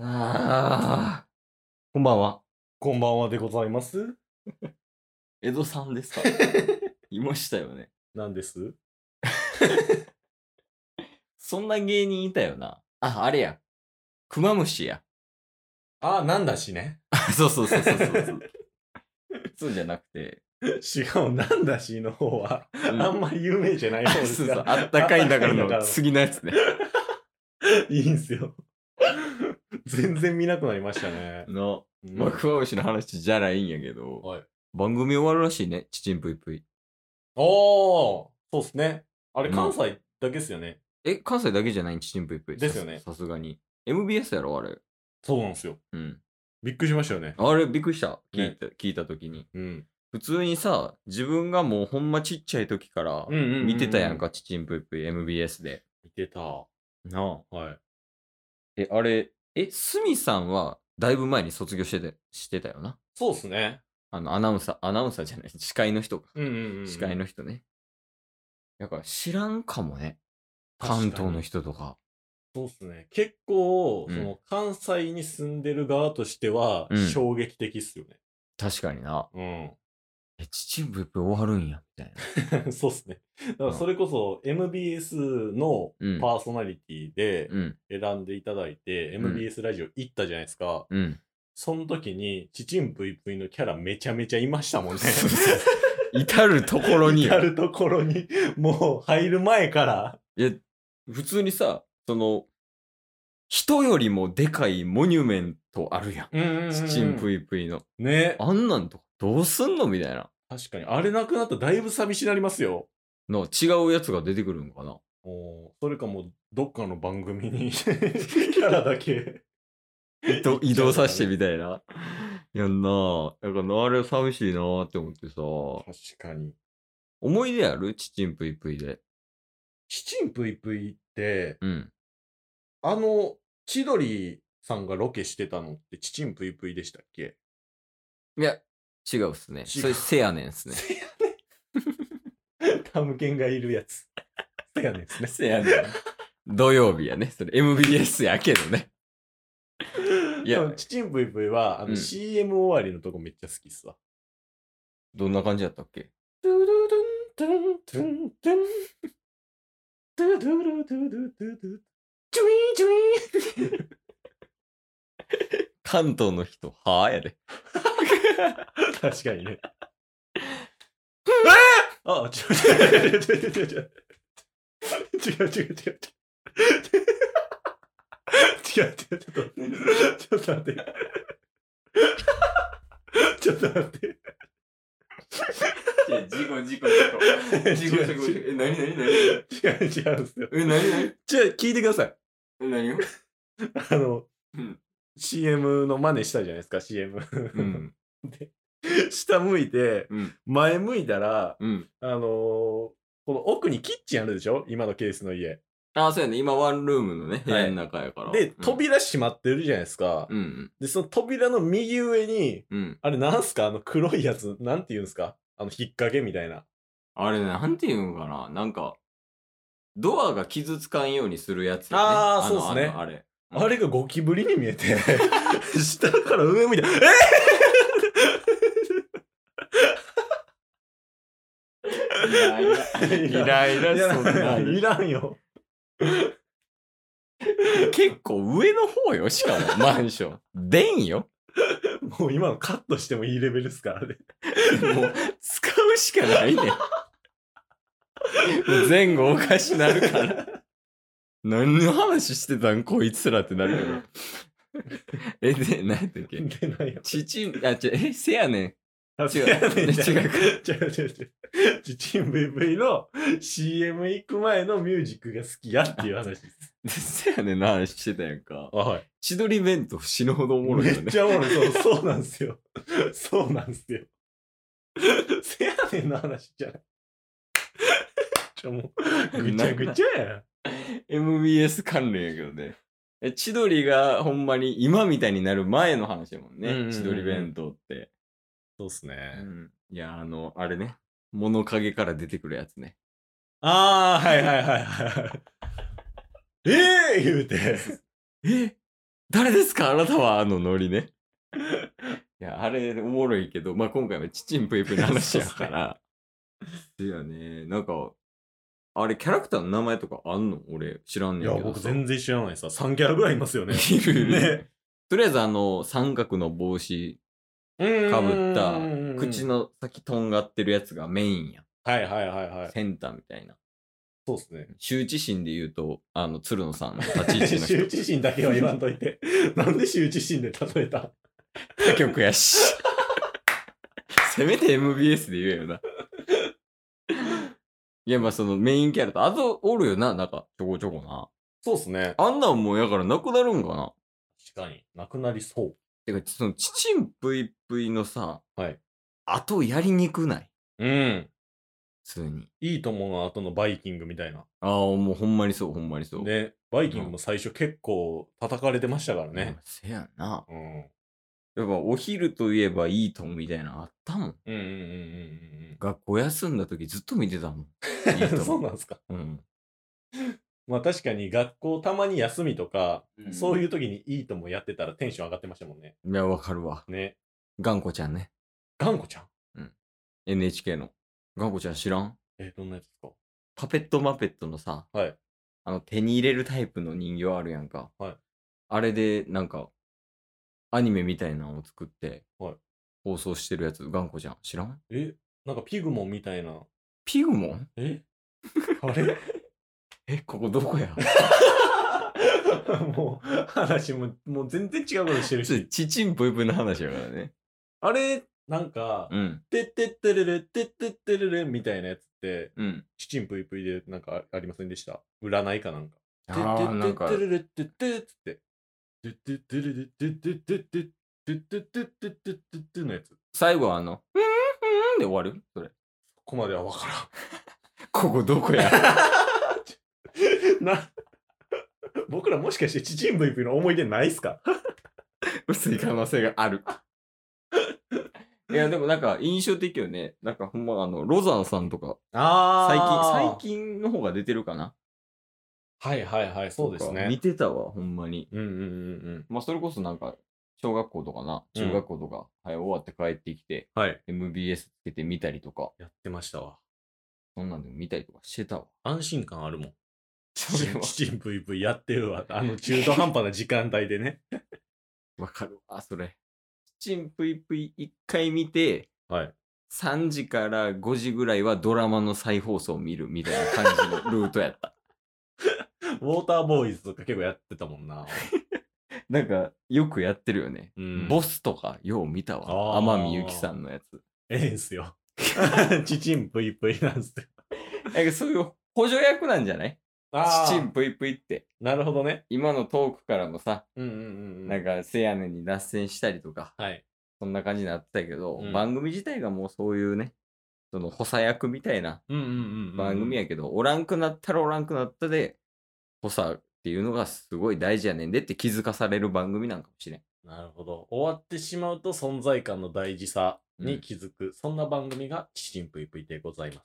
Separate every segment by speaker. Speaker 1: ああ。こんばんは。
Speaker 2: こんばんはでございます。
Speaker 1: 江戸さんです かいましたよね。
Speaker 2: なんです
Speaker 1: そんな芸人いたよな。あ、あれや。クマムシや。
Speaker 2: あ、なんだしね。
Speaker 1: あ そうそうそうそうそうそう。 そうじゃなくて。
Speaker 2: 違う、なんだしの方は、
Speaker 1: うん
Speaker 2: あんまり有名じゃない
Speaker 1: あ
Speaker 2: 方で
Speaker 1: そ
Speaker 2: す
Speaker 1: うそう
Speaker 2: が。
Speaker 1: あったかいんだから
Speaker 2: あったかいんだから
Speaker 1: の次のや つね。
Speaker 2: いいんすよ。全然見なくなりましたね。
Speaker 1: の、
Speaker 2: うん
Speaker 1: まあ、クマムシの話じゃないんやけど、
Speaker 2: はい
Speaker 1: 番組終わるらしいね。ちちんぷいぷい。
Speaker 2: おー、そうっすね。あれ、
Speaker 1: うん
Speaker 2: 関西だけっすよね。
Speaker 1: え、関西だけじゃないんちちんぷいぷい。
Speaker 2: ですよね
Speaker 1: ささすがに。MBS やろあれ。
Speaker 2: そうなんですよ。
Speaker 1: うん。
Speaker 2: びっくりしましたよね。
Speaker 1: あれ、びっくりした。聞いた、聞いた時に。
Speaker 2: うん。
Speaker 1: 普通にさ、自分がもうほんまちっちゃい時から
Speaker 2: うんうんうんうん
Speaker 1: 見てたやんか、ちちんぷいぷい MBS で。
Speaker 2: 見てた。は
Speaker 1: なあ。
Speaker 2: い。
Speaker 1: え、あれ、え、すみさんはだいぶ前に卒業しててしてたよな。
Speaker 2: そうっすね。
Speaker 1: あの、アナウンサー、アナウンサーじゃない、司会の人か。
Speaker 2: うんうんうん。
Speaker 1: 司会の人ね。だから知らんかもね。関東の
Speaker 2: 人。
Speaker 1: 人とか。
Speaker 2: そうっすね。結構、
Speaker 1: うん
Speaker 2: その、関西に住んでる側としては
Speaker 1: うん、
Speaker 2: 衝撃的っすよね。
Speaker 1: 確かにな。
Speaker 2: うん。
Speaker 1: え、ちちんぷいぷい終わるんや、みたいな。
Speaker 2: そうっすね。だからそれこそ MBS の
Speaker 1: うん
Speaker 2: パーソナリティで
Speaker 1: うん、
Speaker 2: 選んでいただいて、
Speaker 1: うん
Speaker 2: MBS ラジオ行ったじゃないですか。
Speaker 1: うん。
Speaker 2: その時に、ちちんぷいぷいのキャラめちゃめちゃいましたもんね。
Speaker 1: 至るところによ
Speaker 2: 至るところに、もう入る前から。
Speaker 1: いや、普通にさ、その、人よりもでかいモニュメントあるやん。ちちんぷ
Speaker 2: い。
Speaker 1: いぷいの。
Speaker 2: ね。
Speaker 1: あんなんとかどうすんのみたいな。
Speaker 2: 確かに。あれなくなったらだいぶ寂しになりますよ。
Speaker 1: の違うやつが出てくるんか な。
Speaker 2: もうそれかもう、どっかの番 組に、キャラだけ。
Speaker 1: 移動移動させてみたいな。やんなぁ。だからあれ寂しいなぁって思ってさ。
Speaker 2: 確かに。
Speaker 1: 思い出あるちちんぷいぷいで。
Speaker 2: ちちんぷいぷいって、
Speaker 1: うん。
Speaker 2: あの、千鳥さんがロケしてたのって、ちちんぷいぷいでしたっけ
Speaker 1: いや、違うっすね。
Speaker 2: 違う
Speaker 1: それせやねんっすね。
Speaker 2: タムケンがいるやつ。せやねんですね。
Speaker 1: せやねん。土曜日やね。それ MBS やけどね。いや
Speaker 2: でもちちんぷいぷいは、あ
Speaker 1: う
Speaker 2: の、
Speaker 1: ん
Speaker 2: CM 終わりのとこめっちゃ好きっすわ。
Speaker 1: どんな感じやったっけ
Speaker 2: ドゥドゥドゥン、ドゥン、ドゥン、ドゥン、ドゥドゥルドゥドゥドゥドゥ、チュイーン、チュイ
Speaker 1: 関東の人、はぁやで。
Speaker 2: ーン。確かにね。ああ、ちょ、ちょ、ちょ、ちょ、ちょ、ちょ、違う違う違う違う。違う違う、ちょっと待って。ちょっと待って。ちょっと待って。
Speaker 1: いや、事故、事故、事故。事故、 事故。え、なになになに
Speaker 2: 違う違うんですよ。
Speaker 1: え、なになに
Speaker 2: じゃあ聞いてください。
Speaker 1: え、なに
Speaker 2: あの、
Speaker 1: うん、
Speaker 2: CM の真似したじゃないですか、CM。
Speaker 1: うん。
Speaker 2: 下向いて、
Speaker 1: うん。
Speaker 2: 前向いたら、
Speaker 1: うん。
Speaker 2: あのーこの奥にキッチンあるでしょ今のケースの家。
Speaker 1: あ、そうやね。今、ワンルームのね、部屋の中やから。
Speaker 2: で
Speaker 1: うん、
Speaker 2: 扉閉まってるじゃないですか。
Speaker 1: うん。
Speaker 2: で、その扉の右上に、
Speaker 1: うん。うん。
Speaker 2: あれなんすかあの黒いやつ、なんて言うんですかあの引っ掛けみたいな。
Speaker 1: あれ、なんていうんかな。なんか、ドアが傷つかんようにするやつやね。
Speaker 2: あー
Speaker 1: の
Speaker 2: そうっすね
Speaker 1: あのあれ。
Speaker 2: あれがゴキブリに見 えて、下から上見て、えー
Speaker 1: イライラ
Speaker 2: い
Speaker 1: し
Speaker 2: や
Speaker 1: そうだな。
Speaker 2: いらんよ。
Speaker 1: 結構上の方よ、しかも、マンション。でんよ。
Speaker 2: もう今のカットしてもいいレベルですからね。
Speaker 1: もう、使うしかないねん。もう前後おかしなるから。何の話してたんこいつらってなるよ。え、で、何やったっけ
Speaker 2: 出ないよ。
Speaker 1: ちちん、あ、ちょ、え、せやね
Speaker 2: あ
Speaker 1: 違う
Speaker 2: 違うね
Speaker 1: 違うか
Speaker 2: ん。違う違う違う。ちちん VV の CM 行く前のミュージックが好きやっていう話です。
Speaker 1: ん。せやねんの話してたやんか。
Speaker 2: はい。
Speaker 1: 千鳥弁当死ぬほどおもろい
Speaker 2: め
Speaker 1: よ
Speaker 2: っ
Speaker 1: ね
Speaker 2: ち。ゃおもろい。そうそうなんですよ。そうなんですよ。せやねんの話じゃない。ちょ、もう、ぐちゃぐちゃやん。
Speaker 1: MBS 関連やけどね。え千鳥がほんまに今みたいになる前の話やもんね。
Speaker 2: うんうんうんうん
Speaker 1: 千鳥弁当って。
Speaker 2: そうっすね。
Speaker 1: いや、あの、あれね。物陰から出てくるやつね。
Speaker 2: ああ、はいはいはいはい。ええー、言うて。
Speaker 1: え誰ですかあなたはのノリね。いや、あれおもろいけど、まあ今回はチチンプイプイの話やから。いやね、なんか、あれキャラクターの名前とかあんの俺知らん
Speaker 2: い
Speaker 1: ねん
Speaker 2: や、
Speaker 1: けど
Speaker 2: 僕
Speaker 1: さ。
Speaker 2: 全然知らないさ。3キャラぐらいいますよね。
Speaker 1: いる
Speaker 2: ね。
Speaker 1: とりあえずあの、三角の帽子か
Speaker 2: か
Speaker 1: ぶった、口。の先とんがってるやつがメインや。
Speaker 2: はいはいはいはい。
Speaker 1: センターみたいな。
Speaker 2: そうっすね。
Speaker 1: 羞恥心で言うと、あの、鶴野さんの立ち位置の人
Speaker 2: 羞恥心だけは言わんといて。 なんで羞恥心で例えた
Speaker 1: 他局やし。せめて MBS で言えよな。いや、まあそのメインキャラと、あとおるよな、なんか、ちょこちょこな。
Speaker 2: そうっすね。
Speaker 1: あんなんもうやからなくなるんかな。
Speaker 2: 確かになくなりそう。
Speaker 1: てか、その、ちちんぷいぷいのさ、
Speaker 2: はい。
Speaker 1: あとやりにくない
Speaker 2: うん。
Speaker 1: 普通に。
Speaker 2: いいともの後のバイキングみたいな。
Speaker 1: ああ、もうほんまにそう、ほんまにそう。
Speaker 2: ね、バイキングも最初結構叩かれてましたからね。
Speaker 1: せやな。
Speaker 2: うん。
Speaker 1: やっぱ、お昼といえばいいとんみたいなのあったもん。
Speaker 2: うんうんうん
Speaker 1: 学校休んだ時ずっと見てた もん。
Speaker 2: うん
Speaker 1: いいとも
Speaker 2: そうなんですか。
Speaker 1: うん。
Speaker 2: まあ確かに学校たまに休みとか、
Speaker 1: うん
Speaker 2: そういう時にいいともやってたらテンション上がってましたもんね。
Speaker 1: いや、わかるわ。
Speaker 2: ね。
Speaker 1: 頑固ちゃんね。
Speaker 2: ガンコちゃん
Speaker 1: NHK の。頑固ちゃん知らん
Speaker 2: え、どんなやつですか
Speaker 1: パペットマペットのさ、
Speaker 2: はい
Speaker 1: あの手に入れるタイプの人形あるやんか。
Speaker 2: はい
Speaker 1: あれで、なんか、アニメみたいなのを作って、
Speaker 2: はい
Speaker 1: 放送してるやつ、頑固ちゃん。知らん
Speaker 2: え、なんかピグモンみたいな。
Speaker 1: ピグモン
Speaker 2: えあれ
Speaker 1: え、ここどこや
Speaker 2: もう話も、もう全然違うことしてる
Speaker 1: ちょ
Speaker 2: し。
Speaker 1: ちちんぽいぽいの話やからね。
Speaker 2: あれ、なんか、
Speaker 1: うん。
Speaker 2: てってってれれ、てってってれれみたいなやつって、
Speaker 1: うん。
Speaker 2: ちちんぷいぷいでなんかありませんでした占いかなんか。
Speaker 1: あーなんか
Speaker 2: て、ってってってってってって。てってってれれてってってってってってってってってってってのやつ。こ
Speaker 1: 最後はあの、うん、うんで終わるそれ。
Speaker 2: こまではわか
Speaker 1: ここどこや
Speaker 2: らん。な、僕らもしかしてちちんぷいぷいの思い出ないっすか
Speaker 1: 薄い可能性がある。いや、でもなんか印象的よね。なんかほんまあの、ロザーさんとか、最近、
Speaker 2: あ
Speaker 1: 最近の方が出てるかな
Speaker 2: 最近。はいはいはい、そうです
Speaker 1: とか見
Speaker 2: ね。
Speaker 1: てたわ、ほんまに。
Speaker 2: うんうんうん
Speaker 1: まあ、それこそなんか、小学校とかな、中学校とか、はい、終わって帰ってきて、
Speaker 2: うん。はい。
Speaker 1: MBS つけて見たりとか、
Speaker 2: やってましたわ。
Speaker 1: そんなんでも見たりとかしてたわ。
Speaker 2: 安心感あるもん。
Speaker 1: それは
Speaker 2: ちちんぷいぷいやってるわ。あの中途半端な時間帯でね。
Speaker 1: わかるわ、それ。チンプイプイ一回見て、
Speaker 2: はい。
Speaker 1: 3時から5時ぐらいはドラマの再放送を見るみたいな感じのルートやった。
Speaker 2: ウォーターボーイズとか結構やってたもんな。
Speaker 1: なんか、よくやってるよね。
Speaker 2: うん
Speaker 1: ボスとか、よう見たわ。
Speaker 2: あー
Speaker 1: 天海祐希さんのやつ。
Speaker 2: ええんす よ。ちちんぷいぷいなんすよ。
Speaker 1: なんかそういう補助役なんじゃないチチンプイプイって。
Speaker 2: なるほどね。
Speaker 1: 今のトークからもさ、
Speaker 2: うんうんうん。
Speaker 1: なんかせやねんに脱線したりとか、
Speaker 2: はい。
Speaker 1: そんな感じになってたけど、
Speaker 2: うん
Speaker 1: 番組自体がもうそういうね、その補佐役みたいな
Speaker 2: うんうんうん、
Speaker 1: 番組やけど、おらんくなったらおらんくなったで、補佐っていうのがすごい大事やねんでって気づかされる番組なんかもしれん。
Speaker 2: なるほど。終わってしまうと存在感の大事さに気づく。そんな番組がちちんぷいぷいでございま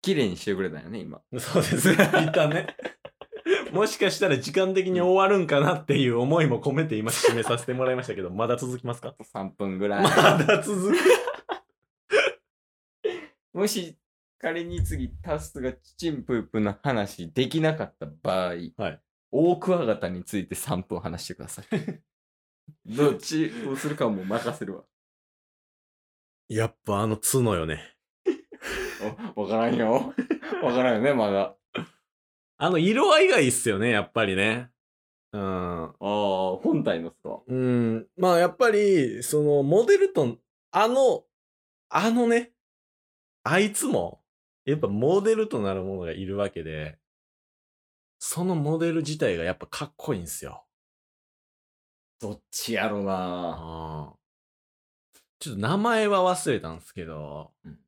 Speaker 1: 綺麗にしてくれたよね、今。
Speaker 2: す。そうです。 一旦ね。もしかしたら時間的に終わるんかなっていう思いも込めて今締めさせてもらいました けど、まだ続きますか
Speaker 1: あと3分ぐらい。
Speaker 2: まだ続く。
Speaker 1: もし仮に次タスがチチンプープの話できなかった場合、
Speaker 2: はい
Speaker 1: 大クワガタについて3分話してください。 どっちをするかはもう任せるわ。
Speaker 2: やっぱあの角よね。
Speaker 1: おわからんよ。 わからんよね、まだ。
Speaker 2: あの色合いがいいっすよね、やっぱりね。うん。
Speaker 1: ああ、本体のっすか。
Speaker 2: うん、まあやっぱり、そのモデルと、あの、あのね、あいつも、やっぱモデルとなるものがいるわけで、そのモデル自体がやっぱかっこいいんすよ。
Speaker 1: どっちやろうな。
Speaker 2: あちょっと名前は忘れたんですけど、
Speaker 1: うん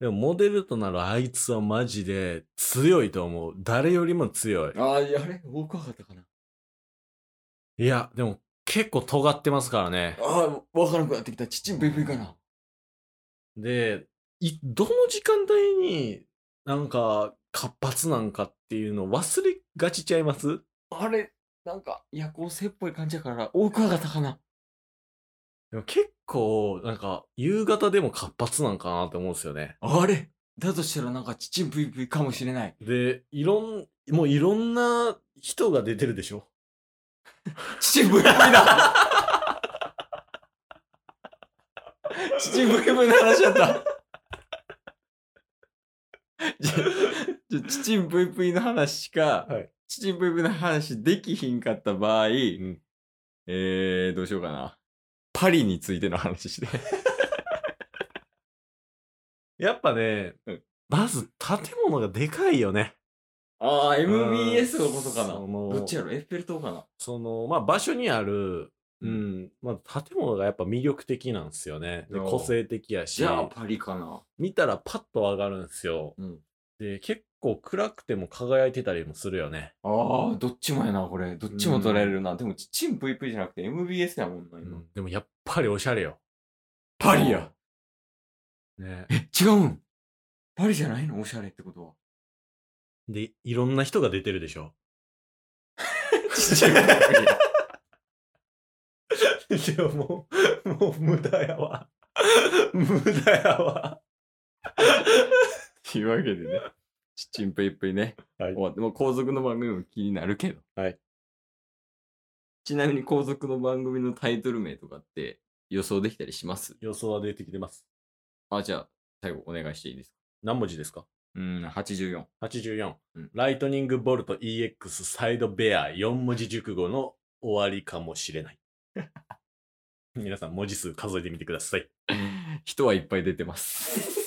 Speaker 2: でもモデルとなるあいつはマジで強いと思う。誰よりも強い。
Speaker 1: ああ、やれ大クワガタかな。
Speaker 2: いや、でも結構尖ってますからね。
Speaker 1: ああ、わからなくなってきた。チチンプープーかな。
Speaker 2: で、いどの時間帯になんか活発なんかっていうの忘れがちちゃいます
Speaker 1: あれ、なんか夜行性っぽい感じやから大クワガタかな
Speaker 2: でも結構、なんか、夕方でも活発なんかなって思うんですよね。
Speaker 1: あれだとしたらなんかちちんぷいぷいかもしれない
Speaker 2: で、いろん、もういろんな人が出てるでしょ。
Speaker 1: ちちんぷいぷいだちちんぷいぷいの話やったじゃじゃちちんぷいぷいの話しか、
Speaker 2: はい
Speaker 1: ちちんぷいぷいの話できひんかった場合、
Speaker 2: ん
Speaker 1: えー、どうしようかなパリについての話して
Speaker 2: やっぱね、
Speaker 1: うん
Speaker 2: まず建物がでかいよね。
Speaker 1: ああ
Speaker 2: その
Speaker 1: どっちやろエッフェル塔かな
Speaker 2: その、まあ、場所にある、う、
Speaker 1: うん
Speaker 2: まあ、建物がやっぱ魅力的なんですよね。で
Speaker 1: おう
Speaker 2: 個性的やし
Speaker 1: じ、ゃあパリかな
Speaker 2: 見たらパッと上がるんですよ。
Speaker 1: うん
Speaker 2: で、結構暗くても輝いてたりもするよね。
Speaker 1: ああ、どっちもやな、これ。どっちも捉えれるな。でも、ちちんぷいぷいじゃなくて MBS やもんな、今。
Speaker 2: でもやっぱりおしゃれよ。
Speaker 1: パリや
Speaker 2: ね。
Speaker 1: え、違うんパリじゃないのおしゃれってこと は。
Speaker 2: で、いろんな人が出てるでしょ。
Speaker 1: ちちんぷいぷいや。
Speaker 2: でももう、 もう無駄やわ。 無駄やわ。
Speaker 1: というわけでね、ちちんぷいぷいね。
Speaker 2: はい
Speaker 1: 終わって、もう後続の番組も気になるけど。
Speaker 2: はい。
Speaker 1: ちなみに後続の番組のタイトル名とかって予想できたりします
Speaker 2: 予想は出てきてます。
Speaker 1: あ、じゃあ、最後お願いしていいですか
Speaker 2: 何文字ですか
Speaker 1: うーん、84。
Speaker 2: 84、
Speaker 1: うん
Speaker 2: ライトニングボルト EX サイドベア4文字熟語の終わりかもしれ ない。皆さん文字数数えてみてください。
Speaker 1: 人はいっぱい出てます。